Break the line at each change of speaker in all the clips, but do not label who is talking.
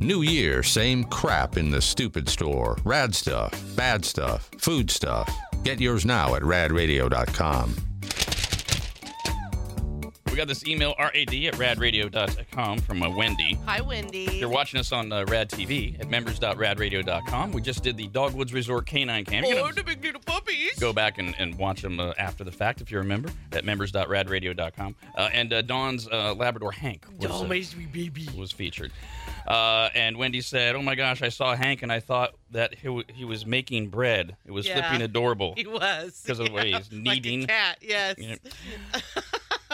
New year, same crap in the stupid store. Rad stuff, bad stuff, food stuff. Get yours now at radradio.com.
We got this email, rad at radradio.com from uh, Wendy.
Hi, Wendy.
You're watching us on uh, Rad TV at members.radradio.com. We just did the Dogwoods Resort Canine Camp. You
Oh,
can
the big little puppies.
go back and, and watch them uh, after the fact if you're a member at members.radradio.com. Uh, and uh, Dawn's uh, Labrador Hank was, uh,
sweet baby.
was featured. Uh, and Wendy said, Oh my gosh, I saw Hank and I thought that he, w- he was making bread. It was
Yeah.
flipping adorable.
He was.
'Cause of the way he's kneading.
Like a cat, yes.
Yeah.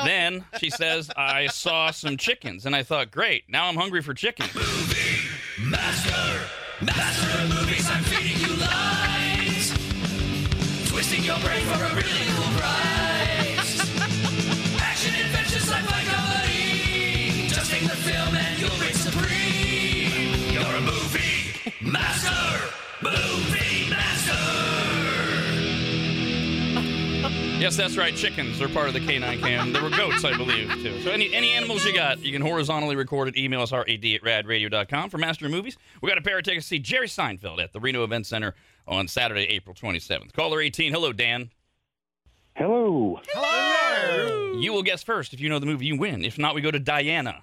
Then she says, I saw some chickens and I thought, Great, now I'm hungry for chicken.
Master, master of movies, I'm feeding you lies. Twisting your brain for a really cool prize. Action, adventure, sci-fi, comedy. Just name the film and you'll reign supreme. You're a movie master, movie master.
Yes, that's right. Chickens are part of the canine cam. There were goats, I believe, too. So any any animals you got, you can horizontally record it. Email us rad at radradio.com for Master of Movies. We got a pair of tickets to see Jerry Seinfeld at the Reno Event Center on Saturday, April 27th. Caller 18. Hello, Dan.
Hello.
You will guess first if you know the movie. You win. If not, we go to Diana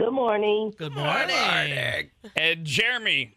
Good morning.
Good morning.
and Jeremy.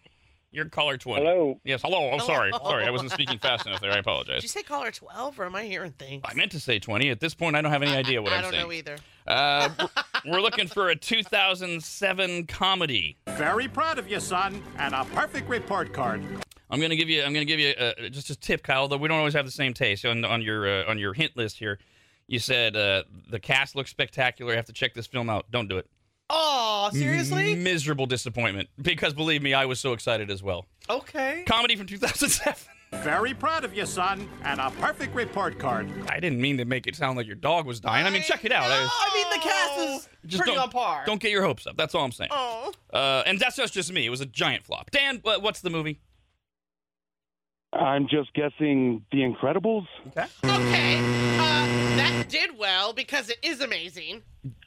You're caller 20.
Hello.
Yes. Hello. I'm
Hello.
sorry. Sorry, I wasn't speaking fast enough there. I
Did you
apologize.
say caller 12 or am I hearing things?
I meant to say 20. At this point, I don't have any idea what
I
am
don't
saying.
know either.
Uh, we're- we're looking for a 2007 comedy.
Very proud of you, son, and a perfect report card.
I'm gonna give you. I'm gonna give you uh, just a tip, Kyle. Though we don't always have the same taste on on your uh, on your hint list here. You said uh, the cast looks spectacular. I have to check this film out. Don't do it.
Oh, seriously?
Miserable disappointment. Because believe me, I was so excited as well.
Okay.
Comedy from 2007.
Very proud of you, son, and a perfect report card.
I didn't mean to make it sound like your dog was dying. I mean, check it out. I was-
I mean, the cast is
just
pretty
don't,
on par.
Don't get your hopes up. That's all I'm saying.
Oh.
Uh, and that's, that's just me. It was a giant flop. Dan, wha- what's the movie?
I'm just guessing The Incredibles.
Okay. Uh, that did well because it is amazing.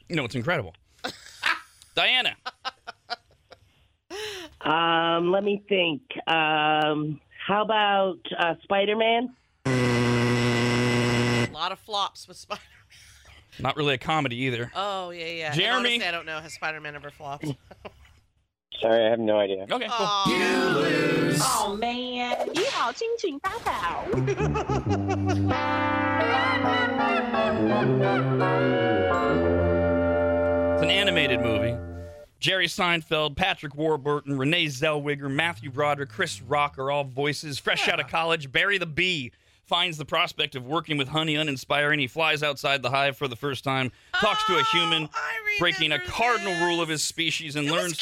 No, it's incredible. Diana.
Um, let me think. Um, how about uh, Spider Man?
A lot of flops with Spider Man.
Not really a comedy either.
Oh, yeah, yeah. And
Jeremy.
honestly, I don't know. Has Spider Man ever flopped?
Sorry, I have no idea.
Okay, cool.
Oh,
Oh man!
It's an animated movie. Jerry Seinfeld, Patrick Warburton, Renee Zellweger, Matthew Broderick, Chris Rock are all voices. Fresh out of college, Barry the Bee finds the prospect of working with honey uninspiring. He flies outside the hive for the first time, talks to a human,
Oh, I
breaking a
remember
cardinal
this.
rule of his species, and
It was
learns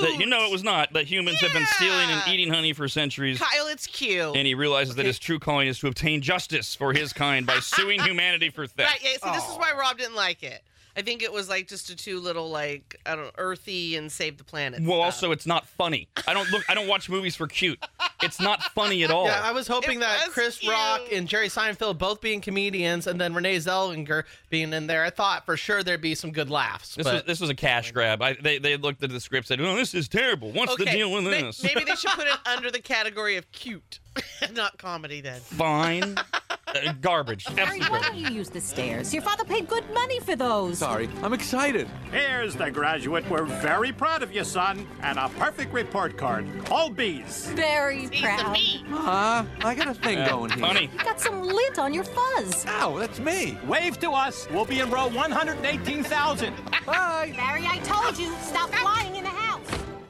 cute.
that you know it was not that humans have been stealing and
Yeah.
eating honey for centuries.
Kyle, it's cute.
And he realizes that his true calling is to obtain justice for his kind by suing humanity for theft.
Right, yeah, see, this is why Rob didn't like it. I think it was like just a too little, like, I don't know, earthy and save the planet.
Well,
stuff.
also, it's not funny. I don't look. I don't watch movies for cute. It's not funny at all.
Yeah, I was hoping
It
that
was
Chris
cute.
Rock and Jerry Seinfeld both being comedians, and then Renee Zellweger being in there. I thought for sure there'd be some good laughs.
this
but
was this was a cash grab. I, they they looked at the script, said, "Oh, this is terrible. What's the deal with
may-
this?"
Maybe they should put it under the category of cute, not comedy then.
Fine, Uh, garbage. Absolute garbage.
you use the stairs? Your father paid good money for those.
Sorry, I'm excited.
Here's the graduate. We're very proud of you, son, and a perfect report card. All B's.
Very
He's a
proud.
bee.
Ah, I got a thing going here.
Funny.
Got some lint on your fuzz.
Ow, that's me.
Wave to us. We'll be in row 118,000.
Bye.
Barry, I told you, stop lying in the house.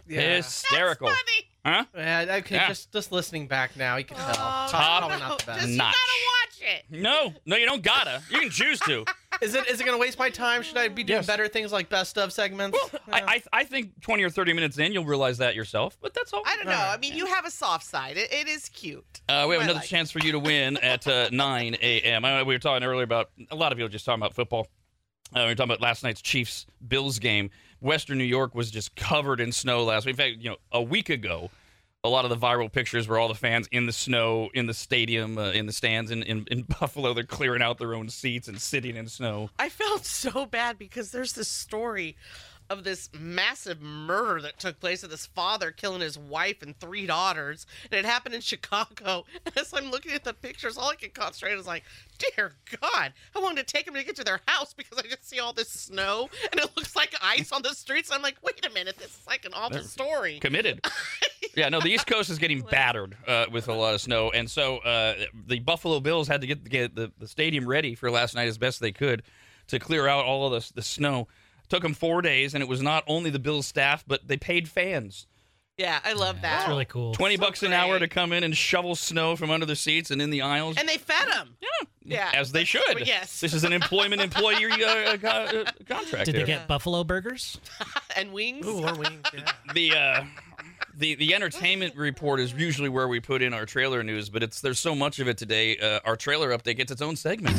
yeah.
Hysterical.
That's funny.
Huh?
Yeah, I could
Yeah.
just just listening back now, you can tell.
Oh,
Top
probably not the
Just
best.
you
notch.
gotta watch it.
No, no, you don't gotta. You can choose to.
Is it is it gonna waste my time? Should I be doing
Yes.
better things like best of segments?
Oh,
I, I I think twenty or thirty minutes in, you'll realize that yourself. But that's all.
I don't know. I mean, you have a soft side. It, it is cute.
Uh, we have
I
another
like
chance for you to win at uh, 9 a.m. I, we were talking earlier about a lot of people just talking about football. Uh, we were talking about last night's Chiefs Bills game. Western New York was just covered in snow last week. In fact, you know, a week ago, a lot of the viral pictures were all the fans in the snow, in the stadium, uh, in the stands in, in, in Buffalo. They're clearing out their own seats and sitting in snow.
I felt so bad because there's this story of this massive murder that took place of this father killing his wife and three daughters. And it happened in Chicago. As I'm looking at the pictures, all I can concentrate is like, dear God, how long did it take him to get to their house? Because I just see all this snow and it looks like ice on the streets. I'm like, wait a minute, this is like an awful story.
committed. yeah, no, the East Coast is getting battered uh, with a lot of snow, and so uh, the Buffalo Bills had to get, get the, the stadium ready for last night as best they could to clear out all of the, the snow. Took them four days, and it was not only the Bills staff, but they paid fans
Yeah, I love that.
That's really cool.
twenty
So
bucks an hour to
great.
come in and shovel snow from under the seats and in the aisles,
And they fed him. Yeah.
as they should.
Yes.
this is an employment employee uh, uh, co- uh, contract.
Did they
here.
get buffalo burgers?
And wings.
Ooh, or wings. Yeah.
the uh, the the entertainment report is usually where we put in our trailer news, but it's there's so much of it today. Uh, our trailer update gets its own segment.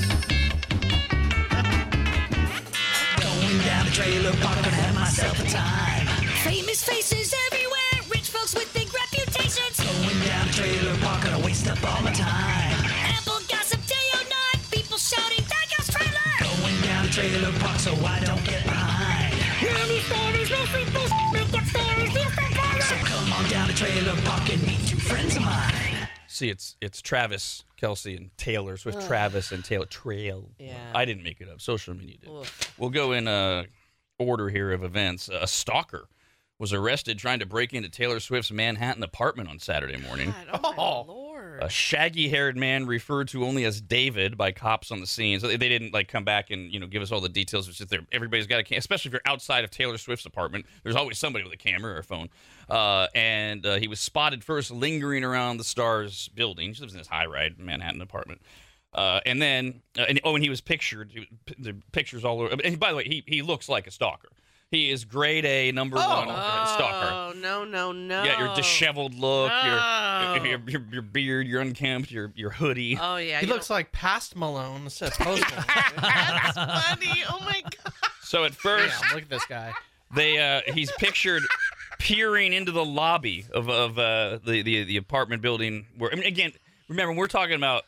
Going down the trailer park, gonna have myself a time.
Famous faces everywhere, rich folks with big reputations.
Going down the trailer park, gonna waste up all my time.
Apple gossip day or night, people shouting, that guy's trailer!
Going down the trailer park, so I don't get behind. So come on down the trailer park and meet two friends of mine.
See, it's it's Travis Kelsey and Taylor Swift. Travis and Taylor Trail.
Yeah.
I didn't make it up. Social media did. We'll go in uh, order here of events. A stalker was arrested trying to break into Taylor Swift's Manhattan apartment on Saturday morning.
God, oh, my Lord.
a shaggy-haired man referred to only as David by cops on the scene. So they they didn't like come back and you know give us all the details. It's just there. Everybody's got a camera, especially if you're outside of Taylor Swift's apartment. There's always somebody with a camera or a phone. Uh, and uh, he was spotted first lingering around the Stars building. She lives in this high-rise Manhattan apartment. Uh, and then, uh, and, oh, and he was pictured. He was- p- The pictures all over. And by the way, he he looks like a stalker. He is grade A number one uh, stalker.
Oh, no, no, no.
Yeah, your disheveled look,
No.
your, your, your your beard, your unkempt, your your hoodie.
Oh, yeah.
He
you
looks like past Malone instead of post Malone.
That's funny. Oh my god.
So at first
Damn, look at this guy.
they uh, he's pictured peering into the lobby of of uh, the, the the apartment building where I mean again remember we're talking about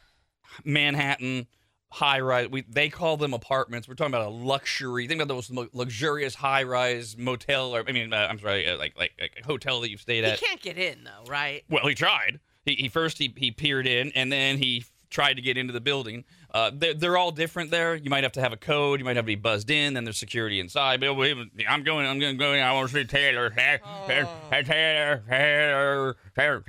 Manhattan high rise we they call them apartments we're talking about a luxury think about the most lu- luxurious high rise motel or I mean uh, I'm sorry uh, like, like like hotel that you've stayed
He
at
can't get in though, right?
Well, he tried. He, he first he, he peered in, and then he f- tried to get into the building. Uh, they're, they're all different there. You might have to have a code. You might have to be buzzed in. Then there's security inside. But wait, I'm going. I'm going to go in. I want to see Taylor. Taylor. Taylor. Taylor.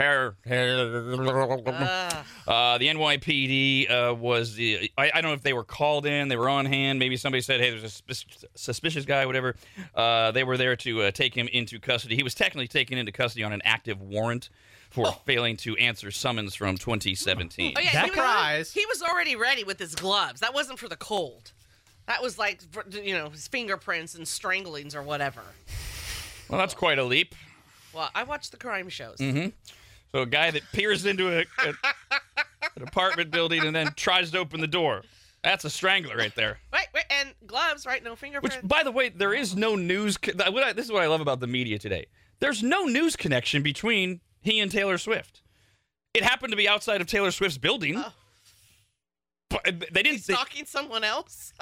Taylor. Taylor. Taylor. Uh, the NYPD uh, was the. I, I don't know if they were called in. They were on hand. Maybe somebody said, "Hey, there's a suspicious, suspicious guy." Whatever. Uh, they were there to uh, take him into custody. He was technically taken into custody on an active warrant for failing to answer summons from 2017.
Oh yeah.
That
he, was,
prize.
he was already ready with his gloves. That wasn't for the cold. That was like for, you know his fingerprints and stranglings or whatever.
Well, that's quite a leap.
Well, I watch the crime shows.
Mm-hmm. So a guy that peers into a, a- an apartment building and then tries to open the door. That's a strangler right there.
Right, right, and gloves, right? No
Which,
fingerprints.
by the way, there is no news. co- that- what I- This is what I love about the media today. There's no news connection between he and Taylor Swift. It happened to be outside of Taylor Swift's building. But uh, they didn't. They,
Stalking someone else.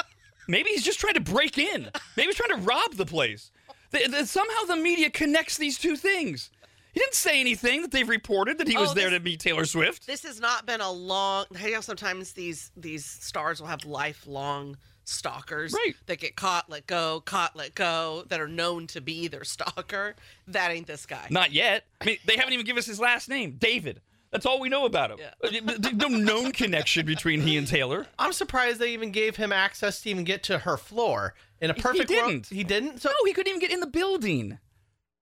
maybe he's just trying to break in. Maybe he's trying to rob the place. Th- th- somehow the media connects these two things. He didn't say anything that they've reported that he was
Oh,
there
this-
to meet Taylor Swift.
this has not been a long you know sometimes these these stars will have lifelong stalkers
Right.
that get caught let go caught let go that are known to be their stalker that ain't this guy
Not yet. I mean, they haven't even given us his last name, David. That's all we know about him. There's no known connection between he and Taylor.
I'm surprised they even gave him access to even get to her floor. In a perfect world-
didn't.
he didn't. So
No, he couldn't even get in the building.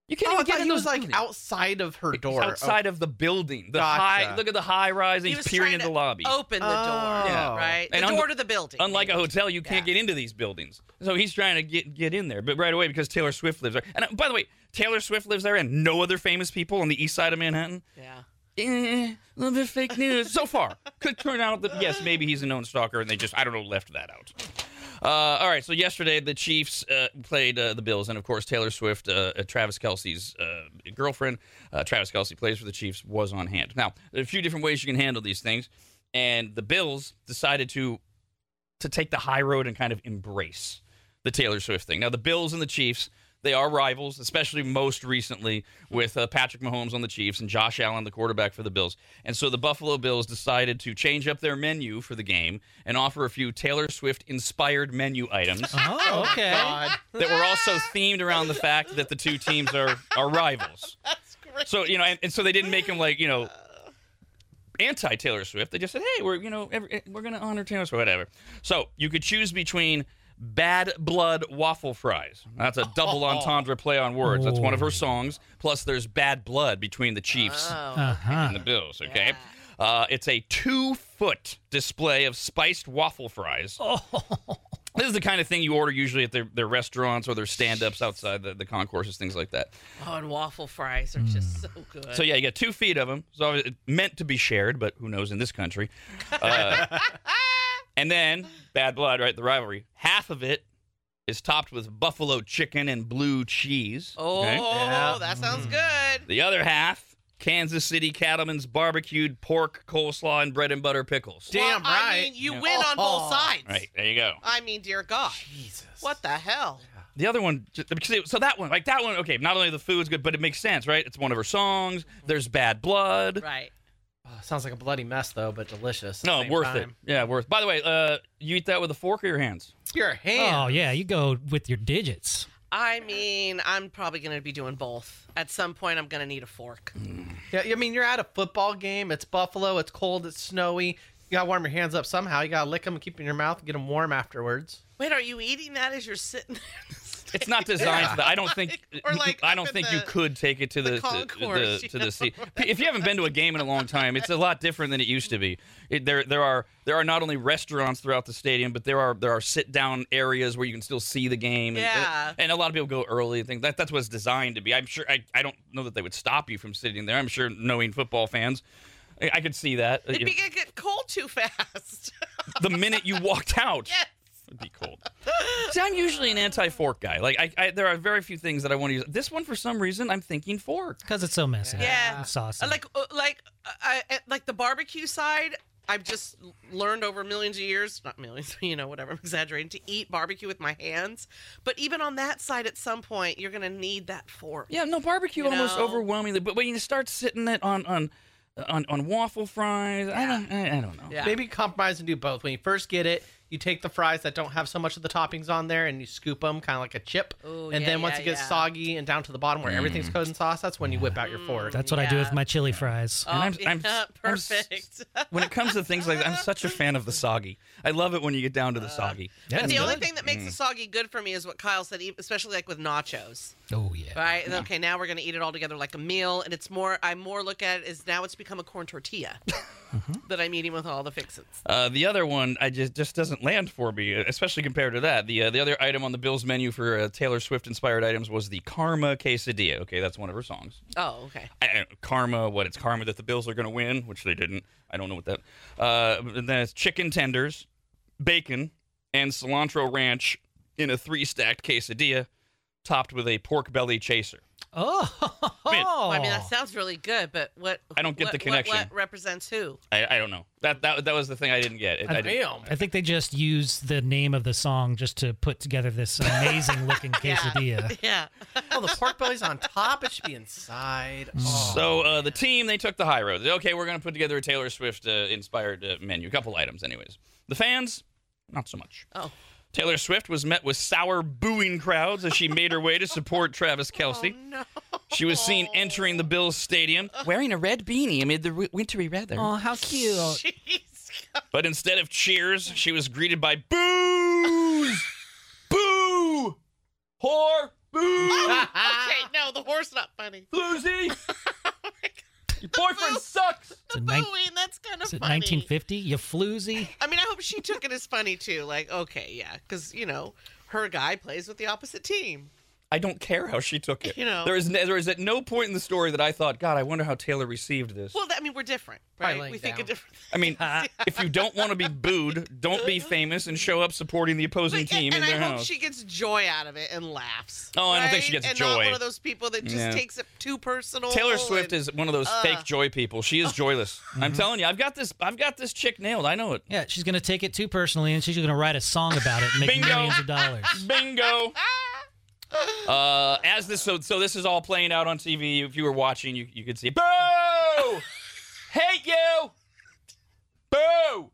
You can't
oh, I
even get
thought
in
he
those
was like
buildings.
outside of her door. Oh,
outside of the building. The
Gotcha.
high look at the high rise. and
he
He's
was
peering
trying
in the
to
lobby.
open the door
Oh. Yeah.
right the
And un-
door to the building
Unlike a hotel, you can't
Yeah.
get into these buildings. So he's trying to get get in there, but right away because Taylor Swift lives there. And uh, by the way, Taylor Swift lives there, and no other famous people on the east side of Manhattan.
yeah
Eh, a little bit of fake news so far. Could turn out that yes, maybe he's a known stalker, and they just I don't know left that out. Uh, all right, so yesterday the Chiefs uh, played uh, the Bills, and of course Taylor Swift, uh, uh, Travis Kelsey's uh, girlfriend, uh, Travis Kelsey plays for the Chiefs, was on hand. Now there are a few different ways you can handle these things, and the Bills decided to to take the high road and kind of embrace the Taylor Swift thing. Now the Bills and the Chiefs, They are rivals, especially most recently with uh, Patrick Mahomes on the Chiefs and Josh Allen, the quarterback for the Bills. And so the Buffalo Bills decided to change up their menu for the game and offer a few Taylor Swift inspired menu items
Oh, okay.
that were also themed around the fact that the two teams are, are rivals.
That's great.
So you know, and, and so they didn't make him like you know anti Taylor Swift. They just said, hey, we're you know every, eh, we're gonna honor Taylor Swift, whatever. So you could choose between Bad Blood waffle fries. That's a double entendre play on words. That's one of her songs. Plus, there's Bad Blood between the Chiefs
Oh.
Uh-huh.
and the Bills. Okay. Uh, it's a two foot display of spiced waffle fries. This is the kind of thing you order usually at their, their restaurants or their stand ups outside the, the concourses, things like that.
Oh, and waffle fries are just so good.
Hmm. So yeah, you got two feet of them. So obvi- it's meant to be shared, but who knows in this country? Uh, and then bad blood, right? The rivalry. Half of it is topped with buffalo chicken and blue cheese.
Oh,
okay?
that sounds good.
The other half, Kansas City cattlemen's barbecued pork coleslaw and bread and butter pickles.
Damn
Well, I
right.
mean, you win on both sides.
Right there you go.
I mean, dear God,
Jesus.
what the hell?
The other one, just- because it- so that one, like that one, okay. Not only the food's good, but it makes sense, right? It's one of her songs.
Mm-hmm.
There's bad blood.
Right.
Oh, sounds like a bloody mess though, but delicious. at the
No,
same
worth
time.
it. Yeah, worth. By the way, uh, you eat that with a fork or your hands?
Your
Oh
hand.
yeah, you go with your digits.
I mean, I'm probably going to be doing both. At some point, I'm going to need a fork.
Hmm.
Yeah, I mean, you're at a football game. It's Buffalo. It's cold. It's snowy. You gotta warm your hands up somehow. You gotta lick them, keep 'em in your mouth, get them warm afterwards.
Wait, are you eating that as you're sitting there?
It's not designed for that. I don't think.
Or like
I
up
don't
in
think you
the-
could take it to
the
the, to,
concourse,
the,
you
to
know?
the sea. If you haven't been to a game in a long time, it's a lot different than it used to be. It, there, there are there are not only restaurants throughout the stadium, but there are there are sit down areas where you can still see the game. and-
Yeah.
And, a lot of people go early and think that that's what it's designed to be. I'm sure. I, I don't know that they would stop you from sitting there. I'm sure knowing football fans. I I could see that.
It'd be going to get cold too fast.
the minute you walked out.
yes.
It'd be cold. See, I'm usually an anti-fork guy. Like, I, I there are very few things that I want to use. This one, for some reason, I'm thinking fork.
Because it's so messy.
Yeah.
It's Saucy.
Uh, Like, uh, like, uh, I, uh, like the barbecue side, I've just learned over millions of years, not millions, you know, whatever, I'm exaggerating, to eat barbecue with my hands. But even on that side, at some point, you're going to need that fork.
Yeah, no, barbecue
You
almost
know?
overwhelmingly. But when you start sitting it on on on, on waffle fries, I don't I, I don't know.
Yeah.
Maybe compromise and do both. When you first get it, you take the fries that don't have so much of the toppings on there and you scoop them kind of like a chip.
Ooh,
and
yeah,
then once
yeah,
it gets
yeah.
soggy and down to the bottom where everything's coated in sauce, that's when you whip out your fork.
That's what I do with
Mm, yeah.
my chili fries.
Oh,
I'm-
yeah,
I'm- I'm s-
perfect.
When it comes to things like that, I'm such a fan of the soggy. I love it when you get down to
Uh,
the soggy.
Yeah,
But the
it's
only
good.
thing that makes
Mm.
the soggy good for me is what Kyle said, e- especially like with nachos.
Oh yeah.
Right? Okay, now we're gonna eat it all together like a meal, and it's more. I more look at it as now it's become a corn tortilla
Mm-hmm.
that I'm eating with all the fixins.
Uh, the other one, I just just doesn't land for me, especially compared to that. The uh, the other item on the Bills menu for uh, Taylor Swift inspired items was the Karma quesadilla. Okay, that's one of her songs.
Oh, okay.
I, I- karma, what it's karma that the Bills are going to win, which they didn't. I don't know what that. Uh, and then it's chicken tenders, bacon, and cilantro ranch in a three stacked quesadilla, topped with a pork belly chaser.
Oh.
Well, I mean, that sounds really good, but what?
I don't get
what-
the
what-
connection.
What, represents who?
I, I don't know. That that that was the thing I didn't get. It- I didn't-
Damn.
I think they just used the name of the song just to put together this amazing looking quesadilla.
Yeah.
Oh, the pork belly's on top. It should be inside. Oh.
So uh, the team they took the high road. Okay, we're going to put together a Taylor Swift uh, inspired uh, menu, a couple items, anyways. The fans, not so much.
Oh.
Taylor Swift was met with sour booing crowds as she made her way to support Travis Kelsey.
Oh, No.
She was seen entering the Bills stadium wearing a red beanie amid the wi- wintry weather.
how
Oh.
cute.
Jeez.
But instead of cheers, she was greeted by boos, boo, whore, boo,
okay, no, the horse not funny.
floozy.
Oh God.
Your boyfriend sucks.
a
The
nine-
booing, that's kind of
Is it
funny.
1950? You floozy?
I mean, I hope she took it as funny too. Like, okay, yeah, because you know her guy plays with the opposite team.
I don't care how she took it.
You know.
there is ne- there is at no point in the story that I thought, God, I wonder how Taylor received this.
Well, that, I mean, we're different,
Probably
right?
laying
We think
down.
of different.
I mean, if you don't want to be booed, don't be famous and show up supporting the opposing
But-
team in
and I
their
hope
house.
she gets joy out of it and laughs.
Oh, I don't think she
right?
gets
and Not
joy.
one of those people that just
Yeah.
takes it too personal.
Taylor Swift
and-
is one of those
Uh.
fake joy people. She is joyless. I'm telling you, I've got this. I've got this chick nailed. I know it.
Yeah, she's gonna take it too personally, and she's gonna write a song about it and make
Bingo.
millions of dollars.
Bingo. Uh, as this so so this is all playing out on TV. If you were watching, you you could see boo, hate you, boo.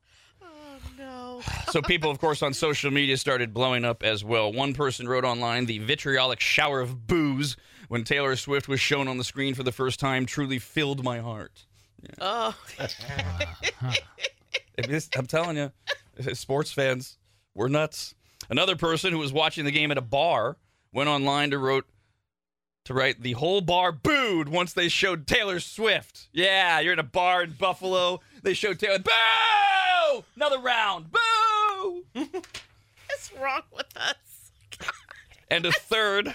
No.
So people, of course, on social media started blowing up as well. One person wrote online the vitriolic shower of boos when Taylor Swift was shown on the screen for the first time truly filled my heart.
Oh.
If this- I'm telling you, sports fans, we're nuts. Another person who was watching the game at a bar went online to wrote to write the whole bar booed once they showed Taylor Swift. Yeah, you're at a bar in Buffalo. They showed Taylor boo, another round boo,
What's wrong with us?
and a third.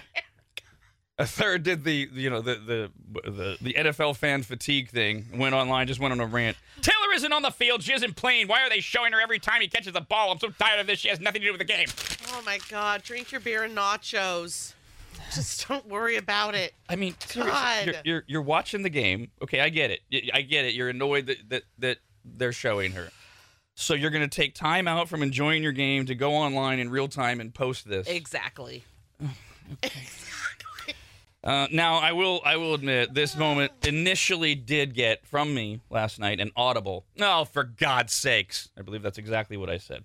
A third did the you know the the the, the NFL fan fatigue thing. Went online, just went on a rant. Taylor isn't on the field. She isn't playing. Why are they showing her every time he catches the ball? I'm so tired of this. She has nothing to do with the game.
Oh my God! Drink your beer and nachos. Just don't worry about it.
I mean, seriously,
God.
you're, you're you're watching the game. Okay, I get it. Y- I get it. You're annoyed that that, that they're showing her. So you're going to take time out from enjoying your game to go online in real time and post this.
exactly.
Uh, now I will I will admit this moment initially did get from me last night an audible. No, for God's sakes! I believe that's exactly what I said.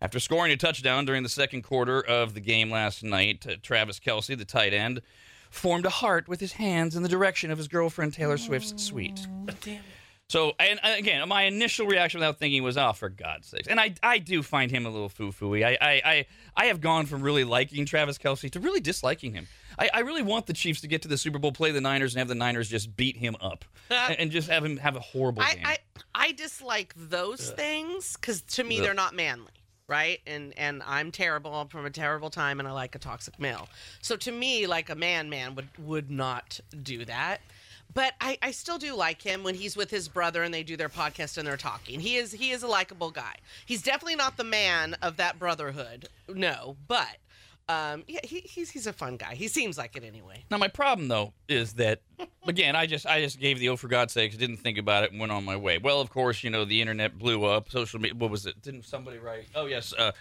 After scoring a touchdown during the second quarter of the game last night, uh, Travis Kelsey, the tight end, formed a heart with his hands in the direction of his girlfriend Taylor Swift's suite. So, and and again, my initial reaction without thinking was, oh, for God's sakes. And I, I do find him a little foo fooey. I, I, I, I have gone from really liking Travis Kelsey to really disliking him. I, I really want the Chiefs to get to the Super Bowl, play the Niners, and have the Niners just beat him up and, and just have him have a horrible game.
I, I I dislike those things because to me
Ugh.
they're not manly, right? And and I'm terrible. I'm from a terrible time, and I like a toxic male. So to me, like a man, man would would not do that. But I, I still do like him when he's with his brother and they do their podcast and they're talking. He is he is a likable guy. He's definitely not the man of that brotherhood. No, but um, yeah, he, he's he's a fun guy. He seems like it anyway.
Now my problem though is that again I just I just gave the oh for God's sakes didn't think about it and went on my way. Well, of course you know the internet blew up. Social media. What was it? Didn't somebody write? Oh yes. Uh,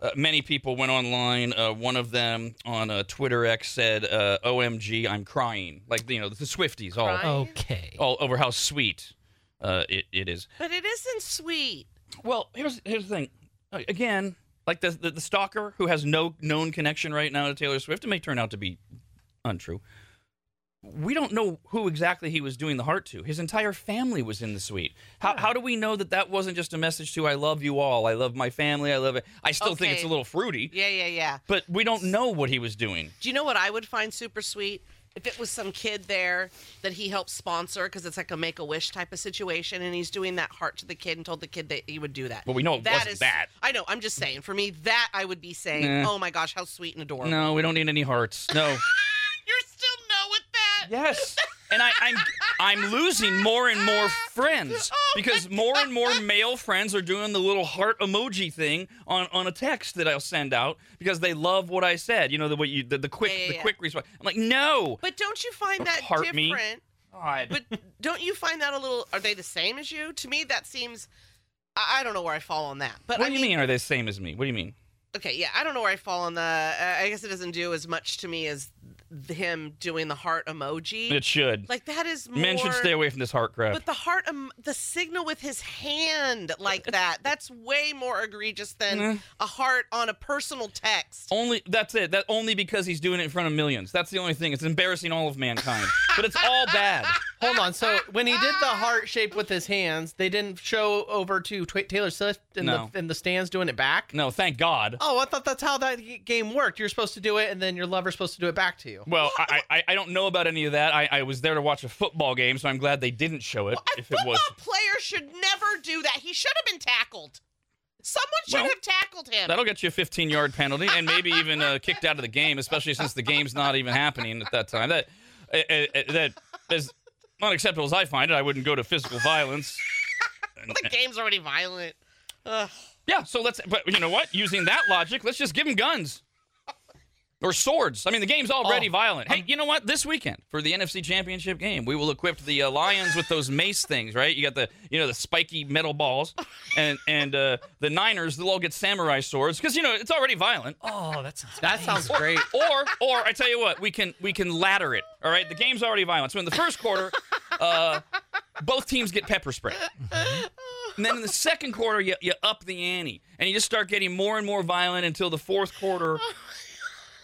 uh, many people went online. Uh, one of them on uh, Twitter X said, uh, "OMG, I'm crying!" Like you know the Swifties all
Okay.
Oh,
all over how sweet uh, it, it is.
But it isn't sweet.
Well, here's here's the thing. Uh, Again, like the, the the stalker who has no known connection right now to Taylor Swift, it may turn out to be untrue. We don't know who exactly he was doing the heart to. His entire family was in the suite. How, how do we know that that wasn't just a message to "I love you all, I love my family, I love it"? I still think it's a
Okay.
little fruity,
Yeah, yeah, yeah.
but we don't know what he was doing.
Do you know what I would find super sweet? If it was some kid there that he helped sponsor because it's like a make a wish type of situation, and he's doing that heart to the kid and told the kid that he would do that.
Well, we know it
That
wasn't
is-
that.
I know. I'm just saying. For me, that I would be saying,
Nah.
"Oh my gosh, how sweet and adorable."
No, we don't need any hearts. No.
You're still no with that.
Yes. And I, I'm I'm losing more and more friends
Oh
because more and more male friends are doing the little heart emoji thing on, on a text that I'll send out because they love what I said. You know the what you the, the quick
Yeah, yeah,
the
yeah.
quick response. I'm like no.
But don't you find
Don't
that
heart me.
different? But don't you find that a little? Are they the same as you? To me, that seems. I, I don't know where I fall on that. But
what
I
do you
mean,
mean? Are they the same as me? What do you mean?
okay yeah i don't know where i fall on the uh, i guess it doesn't do as much to me as th- him doing the heart emoji
It should.
like that is more,
Men should stay away from this heart crap.
but the heart em- the signal with his hand like that that's way more egregious than a heart on a personal text
Only that's it. That only because he's doing it in front of millions. That's the only thing. It's embarrassing all of mankind. but it's all bad.
Hold on. So when he did the heart shape with his hands, they didn't show over to Tw- Taylor Swift in,
No.
the, in the stands doing it back.
No, thank God.
Oh, I thought that's how that g- game worked. You're supposed to do it, and then your lover's supposed to do it back to you.
Well, I, I I don't know about any of that. I, I was there to watch a football game, so I'm glad they didn't show it. if it was,
a player should never do that he should have been tackled someone should
Well,
have tackled him
that'll get you a 15 yard penalty and maybe even uh, kicked out of the game, especially since the game's not even happening at that time. That uh, uh, that as unacceptable as I find it, I wouldn't go to physical violence.
the game's already violent Ugh.
Yeah, so let's. But you know what? Using that logic, let's just give them guns. Or swords. I mean, the game's already violent. Hey, you know what? This weekend for the NFC Championship game, we will equip the uh, Lions with those mace things, right? You got the, you know, the spiky metal balls, and and uh, the Niners, they'll all get samurai swords because you know it's already violent.
Oh, that sounds.
That sounds
Or-
great.
Or, or I tell you what, we can we can ladder it. All right, the game's already violent. So in the first quarter, uh, both teams get pepper spray. And then in the second quarter, you, you up the ante, and you just start getting more and more violent until the fourth quarter,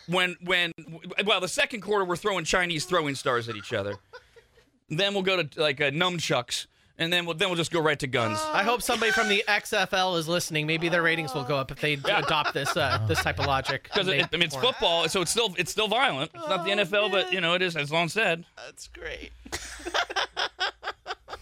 when when well, the second quarter we're throwing Chinese throwing stars at each other. Then we'll go to like uh, nunchucks, and then we'll then we'll just go right to guns.
I hope somebody from the XFL is listening. Maybe their ratings will go up if they d- adopt this uh, this type of logic.
Because it, I mean, it's football, so it's still it's still violent. It's not the NFL, but you know it is, as Lon said.
That's great.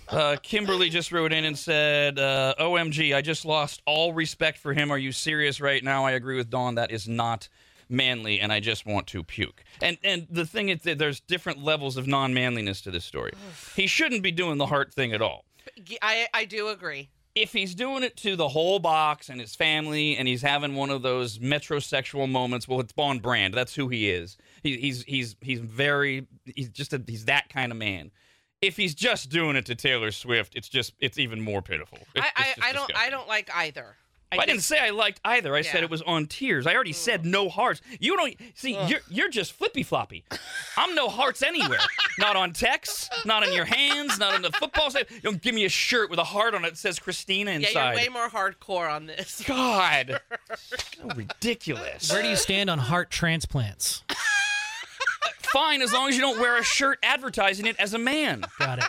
Uh, Kimberly just wrote in and said, uh, "OMG, I just lost all respect for him. Are you serious right now? I agree with Dawn. That is not manly, and I just want to puke." And and the thing is that there's different levels of non-manliness to this story. He shouldn't be doing the heart thing at all.
G- I I do agree.
If he's doing it to the whole box and his family, and he's having one of those metrosexual moments, well, it's on brand. That's who he is. He, he's he's he's very he's just a, he's that kind of man. If he's just doing it to Taylor Swift, it's just it's even more pitiful. It's- it's
I, I,
just
I don't
disgusting.
I don't like either.
Well, I, didn't say I liked either. I said
Yeah. Mm.
it was on tears. I already said no hearts. You don't see. You're you're just flippy floppy. I'm no hearts anywhere. not on texts. Not on your hands. Not on the football. Side. You don't give me a shirt with a heart on it that says Christina
Yeah,
inside.
you're way more hardcore on this.
God, so ridiculous.
Where do you stand on heart transplants?
Fine, as long as you don't wear a shirt advertising it as a man.
Got it.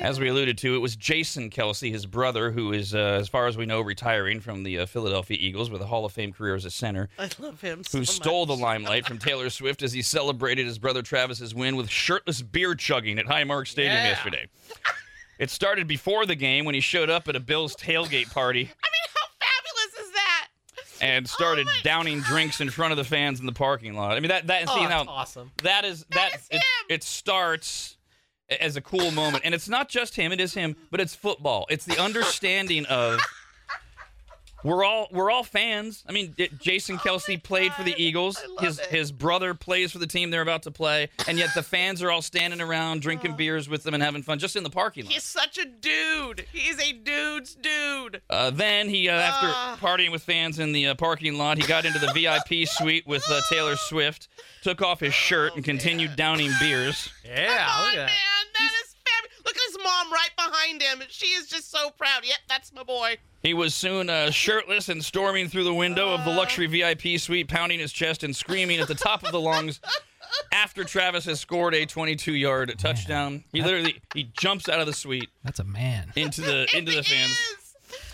As we alluded to, it was Jason Kelsey, his brother, who is, uh, as far as we know, retiring from the uh, Philadelphia Eagles with a Hall of Fame career as a center.
I love him. So
who stole
much.
the limelight from Taylor Swift as he celebrated his brother Travis's win with shirtless beer chugging at Highmark Stadium
Yeah.
yesterday. It started before the game when he showed up at a Bills tailgate party
I mean, how fabulous is that?
and started downing drinks in front of the fans in the parking lot. I mean that that
Oh,
see
that's
now
awesome.
that is that, it, it starts a- as a cool moment and it's not just him it is him but it's football it's the understanding of we're all we're all fans i mean it, jason kelsey played for the eagles his his brother plays for the team they're about to play and yet the fans are all standing around drinking beers with them and having fun just in the parking lot
He's such a dude. He's a dude's dude.
uh, then he, uh, after
Ah.
partying with fans in the uh, parking lot, he got into the VIP suite with uh, Taylor Swift, took off his
Oh,
shirt, and continued downing beers.
Yeah, look
Man,
at that.
that is fabulous. Look at his mom right behind him. She is just so proud. Yep, that's my boy.
He was soon uh, shirtless and storming through the window of the luxury VIP suite, pounding his chest and screaming at the top of the lungs. After Travis has scored a 22-yard touchdown, he literally he jumps out of the suite
That's a man.
into the into the fans.
Yes.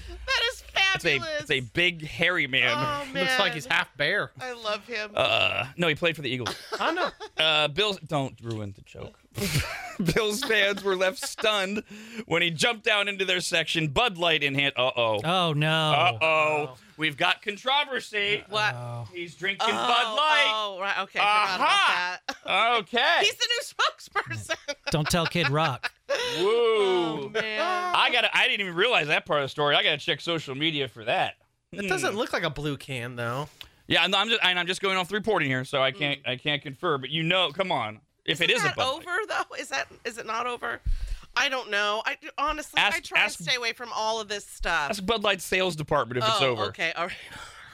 That is
It's a
fabulous.
it's a big hairy man.
oh, man.
Looks like he's half bear.
I love him.
Uh, no, he played for the Eagles.
I know.
Uh, Bills, don't ruin the joke. Bills fans were left stunned when he jumped down into their section, Bud Light in hand. Uh oh.
Oh no.
Uh oh. We've got controversy.
what?
He's drinking
oh,
Bud Light.
Oh, right. Okay.
Aha!
I Forgot about that.
Okay.
he's the new spokesperson.
Don't tell Kid Rock.
Woo.
man.
I got. to I didn't even realize that part of the story. I got to check social media for that.
It doesn't look like a blue can though.
Yeah, and I'm just and I'm just going off the reporting here, so I can't I can't confer. But you know, come on, if it
Mm. Isn't
is a
that
Bud Light.
over though? Is that is it not over? I don't know. I honestly, I
Ask-
try
ask-
to stay away from all of this stuff.
Ask Bud Light's sales department if it's
oh,
over.
okay. All right.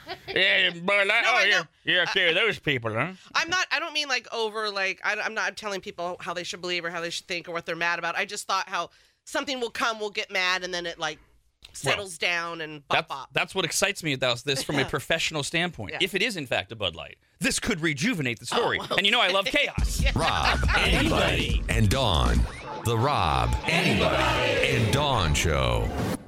Yeah, Bud Light.
No,
oh,
I
yeah.
know. Uh,
Yeah, okay, those people, huh?
I'm not. I don't mean like over. Like I, am not telling people how they should believe or how they should think or what they're mad about. I just thought how something will come, we'll get mad, and then it like settles down and bop
That's,
bop.
that's what excites me about this from a professional standpoint.
Yeah. Oh,
If it is, in fact, a Bud Light, this could rejuvenate the story. And you know I love chaos.
Rob, anybody, and Dawn. The Rob, anybody, and Dawn Show.